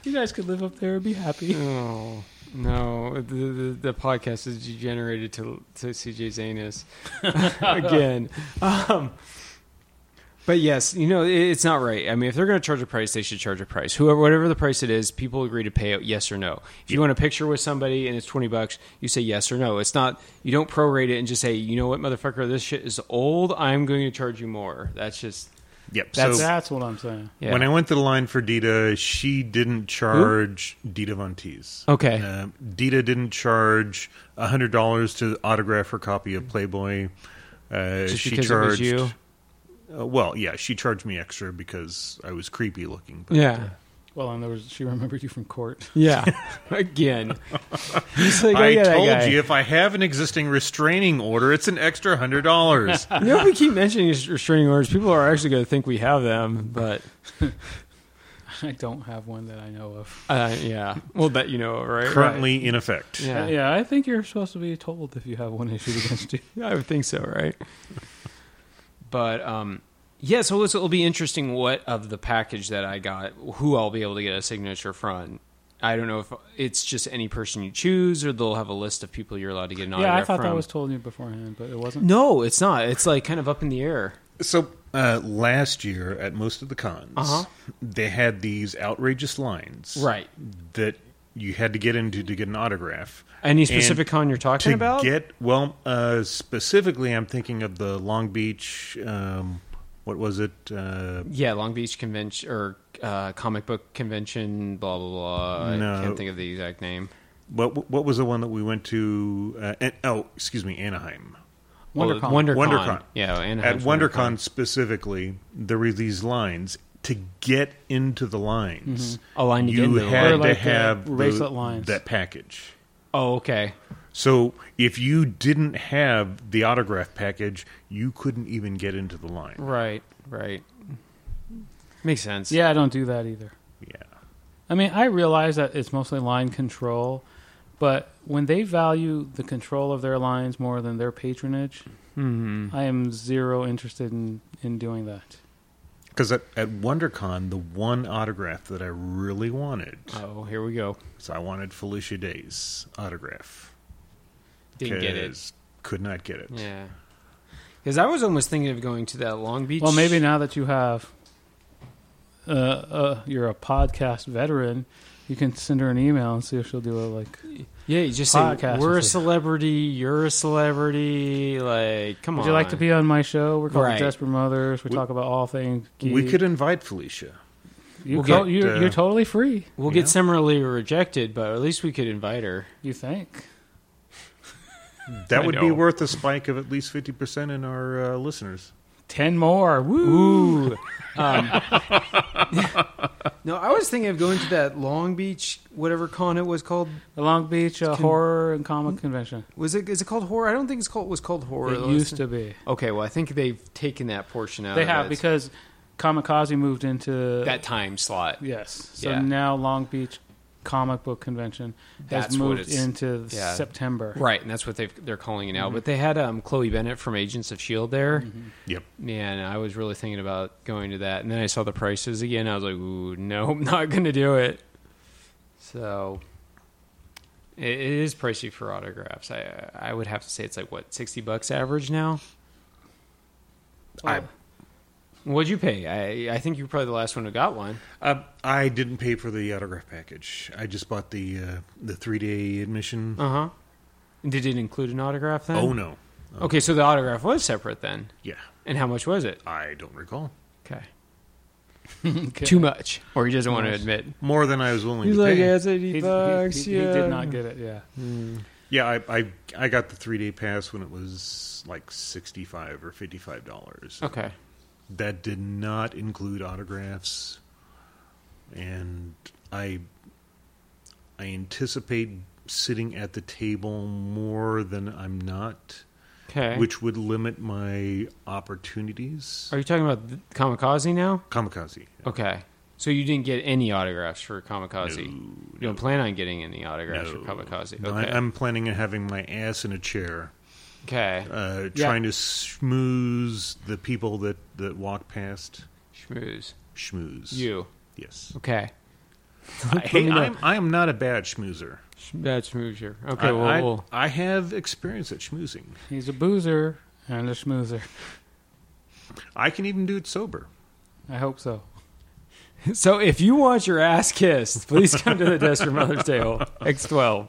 you guys could live up there and be happy.
Oh no! The, the, the podcast is degenerated to to CJ's anus again. Um, but yes, you know it, it's not right. I mean, if they're going to charge a price, they should charge a price. Whoever, whatever the price it is, people agree to pay it. Yes or no. If you want a picture with somebody and it's twenty bucks, you say yes or no. It's not. You don't prorate it and just say, you know what, motherfucker, this shit is old. I'm going to charge you more. That's just
Yep.
That's-
so
That's what I'm saying.
yeah.
when I went to the line for Dita, she didn't charge Dita Von Teese.
Okay.
Um, Dita didn't charge hundred dollars to autograph her copy of Playboy. Uh,
just
she
because it was
charged.
you.
Uh, well, yeah, she charged me extra because I was creepy looking. But
Yeah.
Well, and there was she remembered you from court.
Yeah. Again. He's like, oh,
I
yeah, that
told
guy.
you if I have an existing restraining order, it's an extra hundred dollars.
You know, if we keep mentioning these restraining orders, people are actually going to think we have them. But
I don't have one that I know of.
uh, yeah, well, that you know, right?
Currently in effect.
yeah. yeah,
Uh, Yeah, I think you're supposed to be told if you have one issued against you.
I would think so, right? But um, yeah, so it's, it'll be interesting what of the package that I got, who I'll be able to get a signature from. I don't know if it's just any person you choose, or they'll have a list of people you're allowed to get an
yeah,
autograph
I thought
Oh, from.
that was told you beforehand, but it wasn't.
no, it's not. It's like kind of up in the air.
So uh, last year at most of the cons,
Uh-huh.
they had these outrageous lines,
Right.
That you had to get into to get an autograph.
Any
And
specific con you're talking
to
about?
Get well, uh, specifically, I'm thinking of the Long Beach. Um, what was it? Uh,
Yeah, Long Beach convention or uh, comic book convention, blah blah blah. I
No.
can't think of the exact name.
what What was the one that we went to? Uh, and, oh, excuse me, Anaheim.
Well,
WonderCon.
WonderCon.
WonderCon.
Yeah,
At
Anaheim's
WonderCon specifically, there were these lines to get into the lines.
Mm-hmm. A line to get
you
into the
had
line. Or like
to
the
have the-
bracelet lines.
that package.
Oh, okay.
So if you didn't have the autograph package, you couldn't even get into the line.
Right, right. Makes sense.
Yeah, I don't do that either.
Yeah.
I mean, I realize that it's mostly line control, but when they value the control of their lines more than their patronage, I am zero interested in, in doing that.
Because at, at WonderCon, the one autograph that I really wanted,
Oh, here we go.
so I wanted Felicia Day's autograph.
Didn't get it.
'cause Could not get it.
Yeah. Because I was almost thinking of going to that Long Beach.
Well, maybe now that you have, uh, uh, you're a podcast veteran, you can send her an email and see if she'll do it. Like,
Yeah, you just say
Podcast
we're a
is-
celebrity. You're a celebrity. Like, come
would
on.
you like to be on my show? We're called
Right.
the Desperate Mothers. We,
We-
talk about all things. Geek.
We could invite Felicia.
You
we'll
go,
get,
you're,
uh,
you're totally free.
We'll
Yeah.
get summarily rejected, but at least we could invite her.
You think?
That
I
would be
know.
worth a spike of at least 50% in our uh, listeners.
Ten more. Woo.
Ooh. Um, no, I was thinking of going to that Long Beach, whatever con it was called.
The Long Beach uh, Horror and Comic Convention.
Was it? Is it called horror? I don't think it's called. It was called horror.
It used to be.
Okay, well, I think they've taken that portion out.
They
of
have
it.
because Kamikaze moved into
that time slot.
Yes, so
Yeah.
now Long Beach Comic Book Convention has
That's what
moved
it's-
into
yeah.
September.
Right, and that's what they've, they're calling it now.
Mm-hmm.
But they had um, Chloe Bennett from Agents of Shield E there.
Yep.
Man, I was really thinking about going to that, and then I saw the prices again. I was like, "Ooh, no, I'm not going to do it." So it, it is pricey for autographs. I I would have to say it's like what sixty bucks average now.
I-
What'd you pay? I I think you were probably the last one who got one.
Uh, I didn't pay for the autograph package. I just bought the uh, the three day admission.
Uh huh. Did it include an autograph then?
oh no,
Okay, so the autograph was separate then.
yeah,
And how much was it?
I don't recall
Okay.
Okay.
Too much, or he doesn't want to admit.
more than I was willing to pay.
eighty
He, he- he- he did not get it. Yeah.
Yeah, I, I I got the three day pass when it was like sixty five or fifty five dollars.
Okay.
That did not include autographs, and I I anticipate sitting at the table more than I'm not,
Okay.
which would limit my opportunities.
Are Oh, you talking about th- Kamikaze now?
Kamikaze.
Okay. So you didn't get any autographs for Kamikaze.
No,
you don't plan on getting any autographs for
No.
Kamikaze.
No,
okay.
I, I'm planning on having my ass in a chair,
okay.
uh,
Yeah.
trying to schmooze the people that, that walk past.
Schmooze.
Schmooze.
You.
Yes.
Okay.
hey, I'm, I am not a bad schmoozer.
That's schmoozer. Okay.
I,
well,
I,
we'll-
I have experience at schmoozing.
He's a boozer and a schmoozer.
I can even do it sober.
I hope so.
So if you want your ass kissed, please come to the Desperate Mother's Tale X12.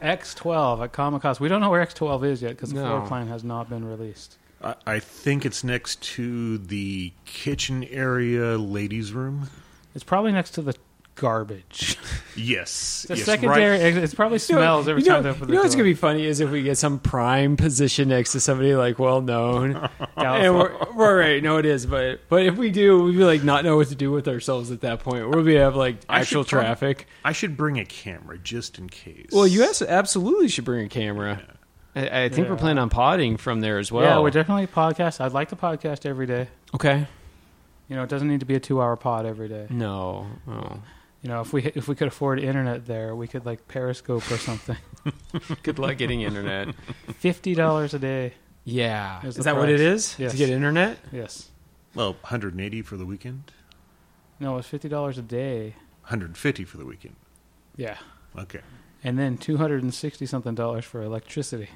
X12 at Comic-Con. We don't know where X12 is yet because the
No.
floor plan has not been released.
I, I think it's next to the kitchen area ladies' room.
It's probably next to the garbage.
Yes.
The
yes,
secondary
Right.
exit. It probably smells every
you know,
time they open the
you know
door.
what's gonna be funny is if we get some prime position next to somebody like well known. and we're, we're right, no, it is, but but if we do, we'd be like not know what to do with ourselves at that point. We'll be have like
I should
actual
prob-
traffic.
I should bring a camera just in case.
well, you abso- absolutely should bring a camera. I, I think we're
Yeah.
planning on potting from there as well.
yeah, we're definitely podcast. I'd like to podcast every day.
okay.
You know, it doesn't need to be a two-hour pod every day.
No. Oh.
You know, if we if we could afford internet there, we could like Periscope or something.
Good luck getting internet.
Fifty dollars a day.
Yeah.
There's
Is
the
that what it
price.
is?
Yes.
To get internet?
Yes.
Well, 180 for the weekend,
No, it's fifty dollars a day.
150 for the weekend.
Yeah.
Okay.
And then two hundred and sixty something dollars for electricity.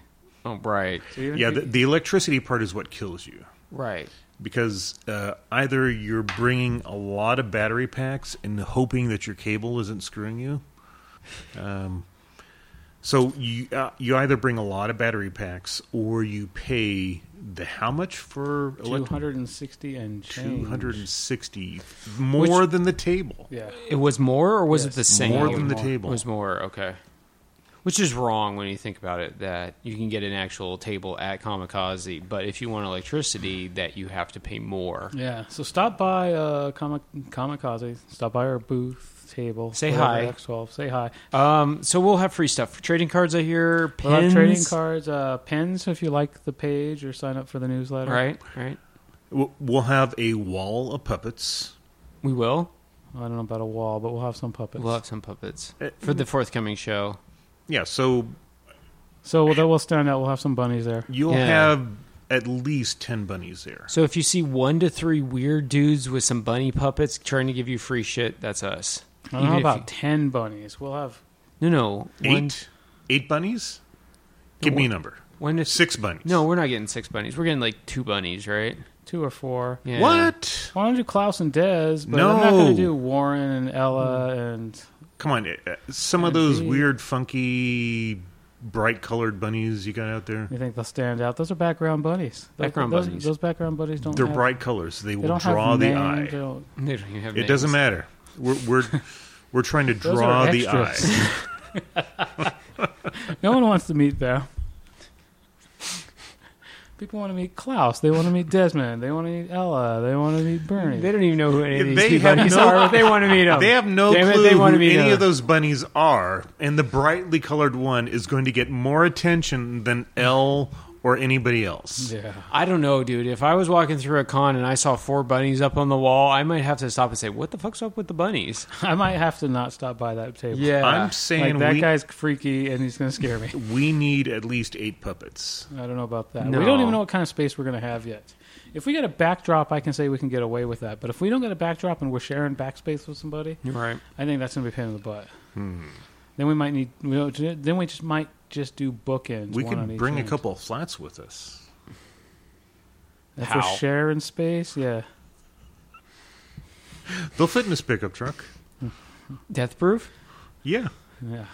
Oh, right.
So even if
Yeah,
you-
the, the electricity part is what kills you.
Right.
because uh, either you're bringing a lot of battery packs and hoping that your cable isn't screwing you. Um, so you uh, you either bring a lot of battery packs or you pay the how much for
Two
electric
hundred and sixty and change.
two hundred and sixty more than the table.
Yeah.
It was more, or was it
Yes.
the same?
More than the
More.
It
table.
was more. Okay. Which is wrong when you think about it. That you can get an actual table at Kamikaze, but if you want electricity, that you have to pay more.
Yeah. So stop by uh, Comic Kamikaze. Stop by our booth table.
Say
whatever,
hi.
X12. Say hi.
Um. So we'll have free stuff for trading cards. I hear pins.
We'll have trading cards, uh, pins if you like the page or sign up for the newsletter.
Right. Right.
We'll- We'll have a wall of puppets.
We will.
I don't know about a wall, but we'll have some puppets.
We'll have some puppets
Uh,
for the forthcoming show.
Yeah, so
So we'll, then we'll stand out. We'll have some bunnies there.
you'll
Yeah.
have at least ten bunnies there.
So if you see one to three weird dudes with some bunny puppets trying to give you free shit, that's us.
I don't
Even
know
if
about ten bunnies. We'll have.
you- no, no.
Eight,
One,
eight bunnies. Give me a number.
one to
Six bunnies.
No, we're not getting six bunnies. We're getting like two bunnies, right?
Two or four.
Yeah.
What?
Why don't you do Klaus and Dez? But I'm not going
No.
to do Warren and Ella
Mm.
and
Come on. uh, Some of those
Indeed.
weird, funky, bright colored bunnies you got out there.
you think they'll stand out. Those are background bunnies. Those,
Background
those,
bunnies.
Those background bunnies don't.
They're
have,
bright colors. They
They
will
don't
draw
have
the
names, they
eye.
don't-
They don't even have
It doesn't
names.
matter. We're we're we're trying to
Those
draw
are
the eye.
extras. No one wants to meet them. People want to meet Klaus. They want to meet Desmond. They want to meet Ella. They want to meet Bernie.
They don't even know who any of these
They
two
have
bunnies
no-
are, but they want to meet them.
They have no
Damn it,
clue
they want
who
to meet
any
them.
of those bunnies are, and the brightly colored one is going to get more attention than L or anybody else.
yeah.
I don't know, dude. If I was walking through a con and I saw four bunnies up on the wall, I might have to stop and say, "What the fuck's up with the bunnies?"
I might have to not stop by that table.
Yeah,
I'm saying
Like that
we
guy's freaky and he's going to scare me.
we need at least eight puppets.
I don't know about that.
No.
We don't even know what kind of space we're going to have yet. If we get a backdrop, I can say we can get away with that. But if we don't get a backdrop and we're sharing backspace with somebody,
You're right.
I think that's going to be a pain in the butt.
Hmm.
Then we might need. We don't, then we just might just do bookends.
We
one on
could
each
bring a
end.
couple of flats with us.
If
How?
we're sharing space, yeah.
They'll fit in this pickup truck.
Death proof?
Yeah.
Yeah.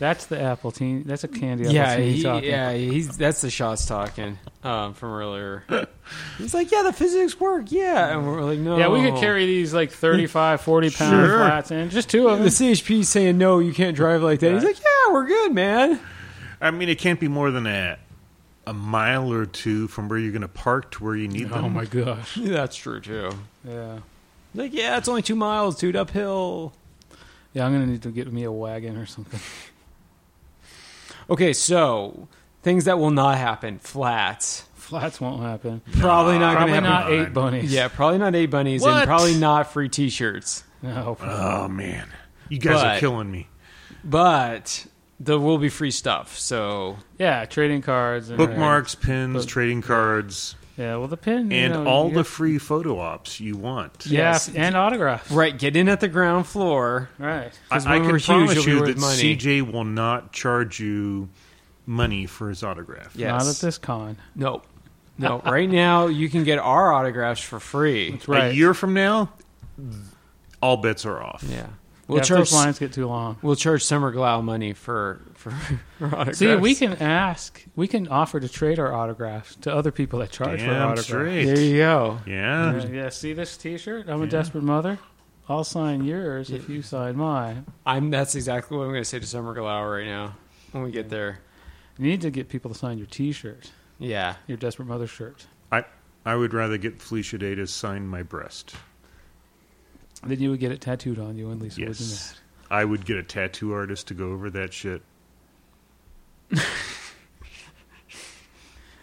That's the apple teen. That's a candy apple
yeah,
teen
he-
talking.
yeah, he's that's the shots talking um, from earlier. he's like, yeah, the physics work, yeah, and we're like, no,
Yeah, we could carry these like 35, 40 pound
Sure.
flats in. Just two of
The
them.
CHP saying no, you can't drive like that. He's like, yeah, we're good, man.
I mean, it can't be more than a, a mile or two from where you're going to park to where you need them.
Oh my gosh.
That's true too.
Yeah.
Like, yeah, it's only two miles, dude, uphill.
Yeah, I'm going to need to get me a wagon or something.
Okay, so things that will not happen: flats.
Flats won't happen.
Probably not
Probably
going to happen.
not eight bunnies.
Yeah, probably not eight bunnies,
What?
and probably not free T-shirts.
No.
Oh, man. You guys
But-
are killing me.
But there will be free stuff. So
Yeah, trading cards. And,
Bookmarks, pins,
But-
trading cards,
Yeah, well, the pin. you
and
know,
all
you
the
get-
free photo ops you want.
Yeah,
Yes.
and autographs.
right, get in at the ground floor.
Right.
I,
'Cause when
I can
we're huge,
promise
you'll be
you
worth
that
money.
CJ will not charge you money for his autograph.
Yes.
Not at this con.
No, no. right now, you can get our autographs for free.
That's right.
A year from now, all bets are off.
Yeah,
Yeah,
we'll
if
charge
those lines get too long.
we'll charge Summer Glau money for for, for autographs.
See, we can ask, we can offer to trade our autographs to other people that charge for
Damn
autographs.
straight.
There you go.
Yeah.
Yeah, yeah, see this T-shirt? I'm a desperate mother. I'll sign yours if you sign mine.
I'm. That's exactly what I'm going to say to Summer Glau right now when we get there.
You need to get people to sign your T-shirt,
Yeah.
your desperate mother shirt.
I I would rather get Felicia Day to sign my breast.
Then you would get it tattooed on you, and Lisa would do
Yes.
that.
I would get a tattoo artist to go over that shit.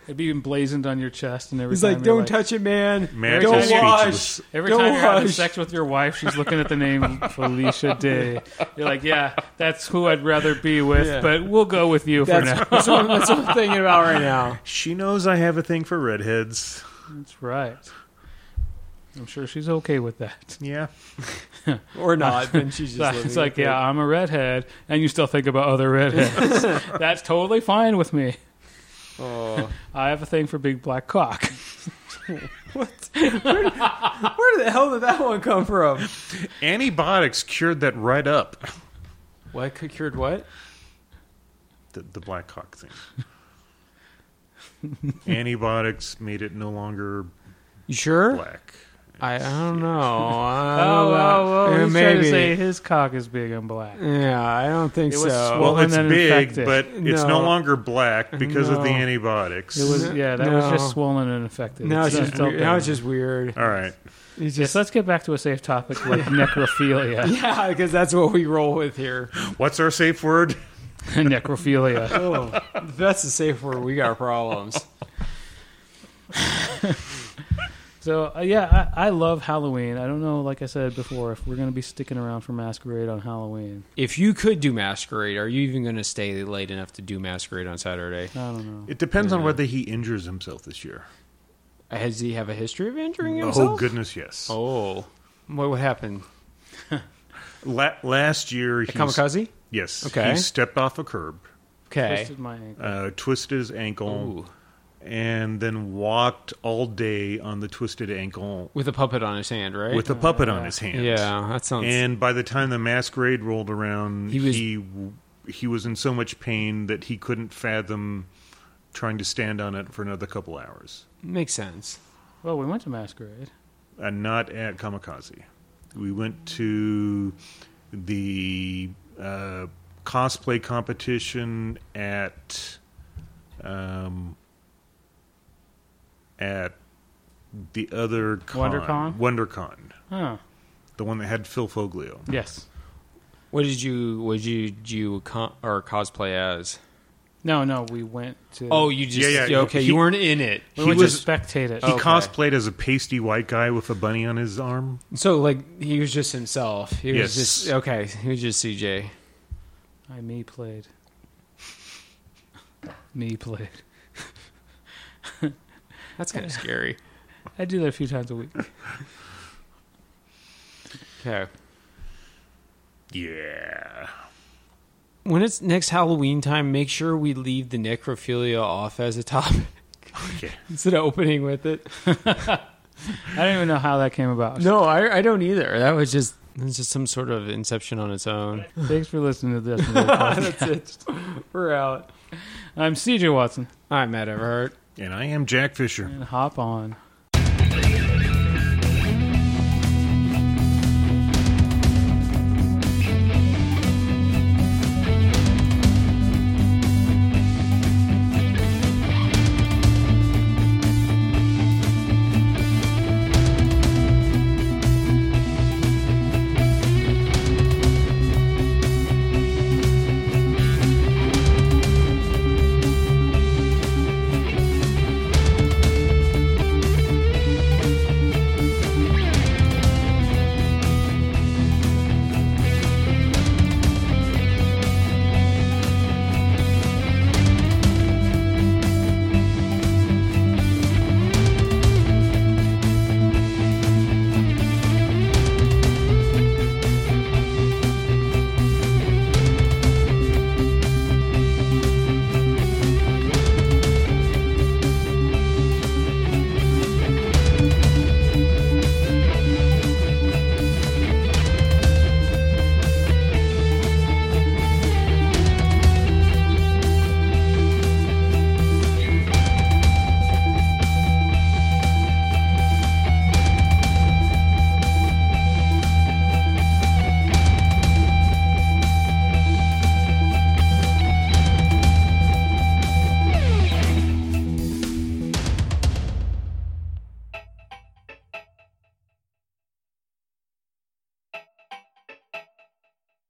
It'd be emblazoned on your chest and every
He's
time
like,
you're
don't touch it, man.
Man,
Don't
it's
watch.
speechless.
Every
Don't
time you're having
rush.
sex with your wife, she's looking at the name Felicia Day. You're like, yeah, that's who I'd rather be with,
Yeah.
but we'll go with you for now.
That's, that's, what, that's what I'm thinking about right now.
She knows I have a thing for redheads.
That's right. I'm sure she's okay with that.
Yeah.
Or not. Then Oh, she's just. living
It's like,
with it.
yeah, I'm a redhead, and you still think about other redheads. That's totally fine with me.
Oh.
I have a thing for big black cock.
Where the hell did that one come from?
Antibiotics cured that right up.
What cured what?
The, the black cock thing. Antibiotics made it no longer
You sure?
black.
I, I don't know.
Oh, oh, oh!
Yeah,
He's trying
maybe.
to say his cock is big and black.
Yeah, I don't think
It
so.
was swollen.
Well, it's
and
big,
infected.
but it's no
No.
longer black because of the
No.
antibiotics.
It was, yeah, that was
No.
just swollen and infected.
now it's just
still
weird. now
big.
it's just weird.
All right.
It's
Yes,
just
let's get back to a safe topic like necrophilia.
yeah, because that's what we roll with here.
What's our safe word?
necrophilia.
Oh, if that's the safe word. We got problems.
So uh, yeah, I, I love Halloween. I don't know, like I said before, if we're gonna be sticking around for Masquerade on Halloween.
If you could do masquerade, are you even going to stay late enough to do masquerade on Saturday?
I don't know.
It depends on whether he injures himself this year.
Has he have a history of injuring
Oh,
himself?
goodness, yes.
Oh, what would happen?
La- last year, he
Kamikaze.
Yes.
Okay.
He stepped off a curb,
Okay.
Twisted my ankle.
uh, twisted his
Ooh.
ankle, and then walked all day on the twisted ankle
With a puppet on his hand, right?
with a puppet on his hand.
yeah, that sounds.
And by the time the masquerade rolled around,
He
he
was-
was he, was in so much pain that he couldn't fathom trying to stand on it for another couple hours.
makes sense.
Well, Oh, we went to Masquerade.
And not at Kamikaze. We went to the uh, cosplay competition at um, at the other con,
WonderCon?
WonderCon,
Huh.
the one that had Phil Foglio.
Yes.
What did you? What did you did you co- or cosplay as?
No, no, we went to.
Oh, you just
Yeah, yeah,
okay.
he-
you weren't in it.
we
he
went
was-
to spectate it.
He cosplayed as a pasty white guy with a bunny on his arm.
So like he was just himself. He was
Yes.
just okay. He was just CJ.
I me played. Me played.
That's kind of scary.
I do that a few times a week.
Okay.
Yeah.
When it's next Halloween time, make sure we leave the necrophilia off as a topic. It's an opening with it.
I don't even know how that came about.
No, I, I don't either. That was just it's just some sort of inception on its own.
Thanks for listening to this. Little Podcast.
That's it. We're out.
I'm CJ Watson.
I'm Matt Everhart.
And I am Jack Fisher.
And hop on.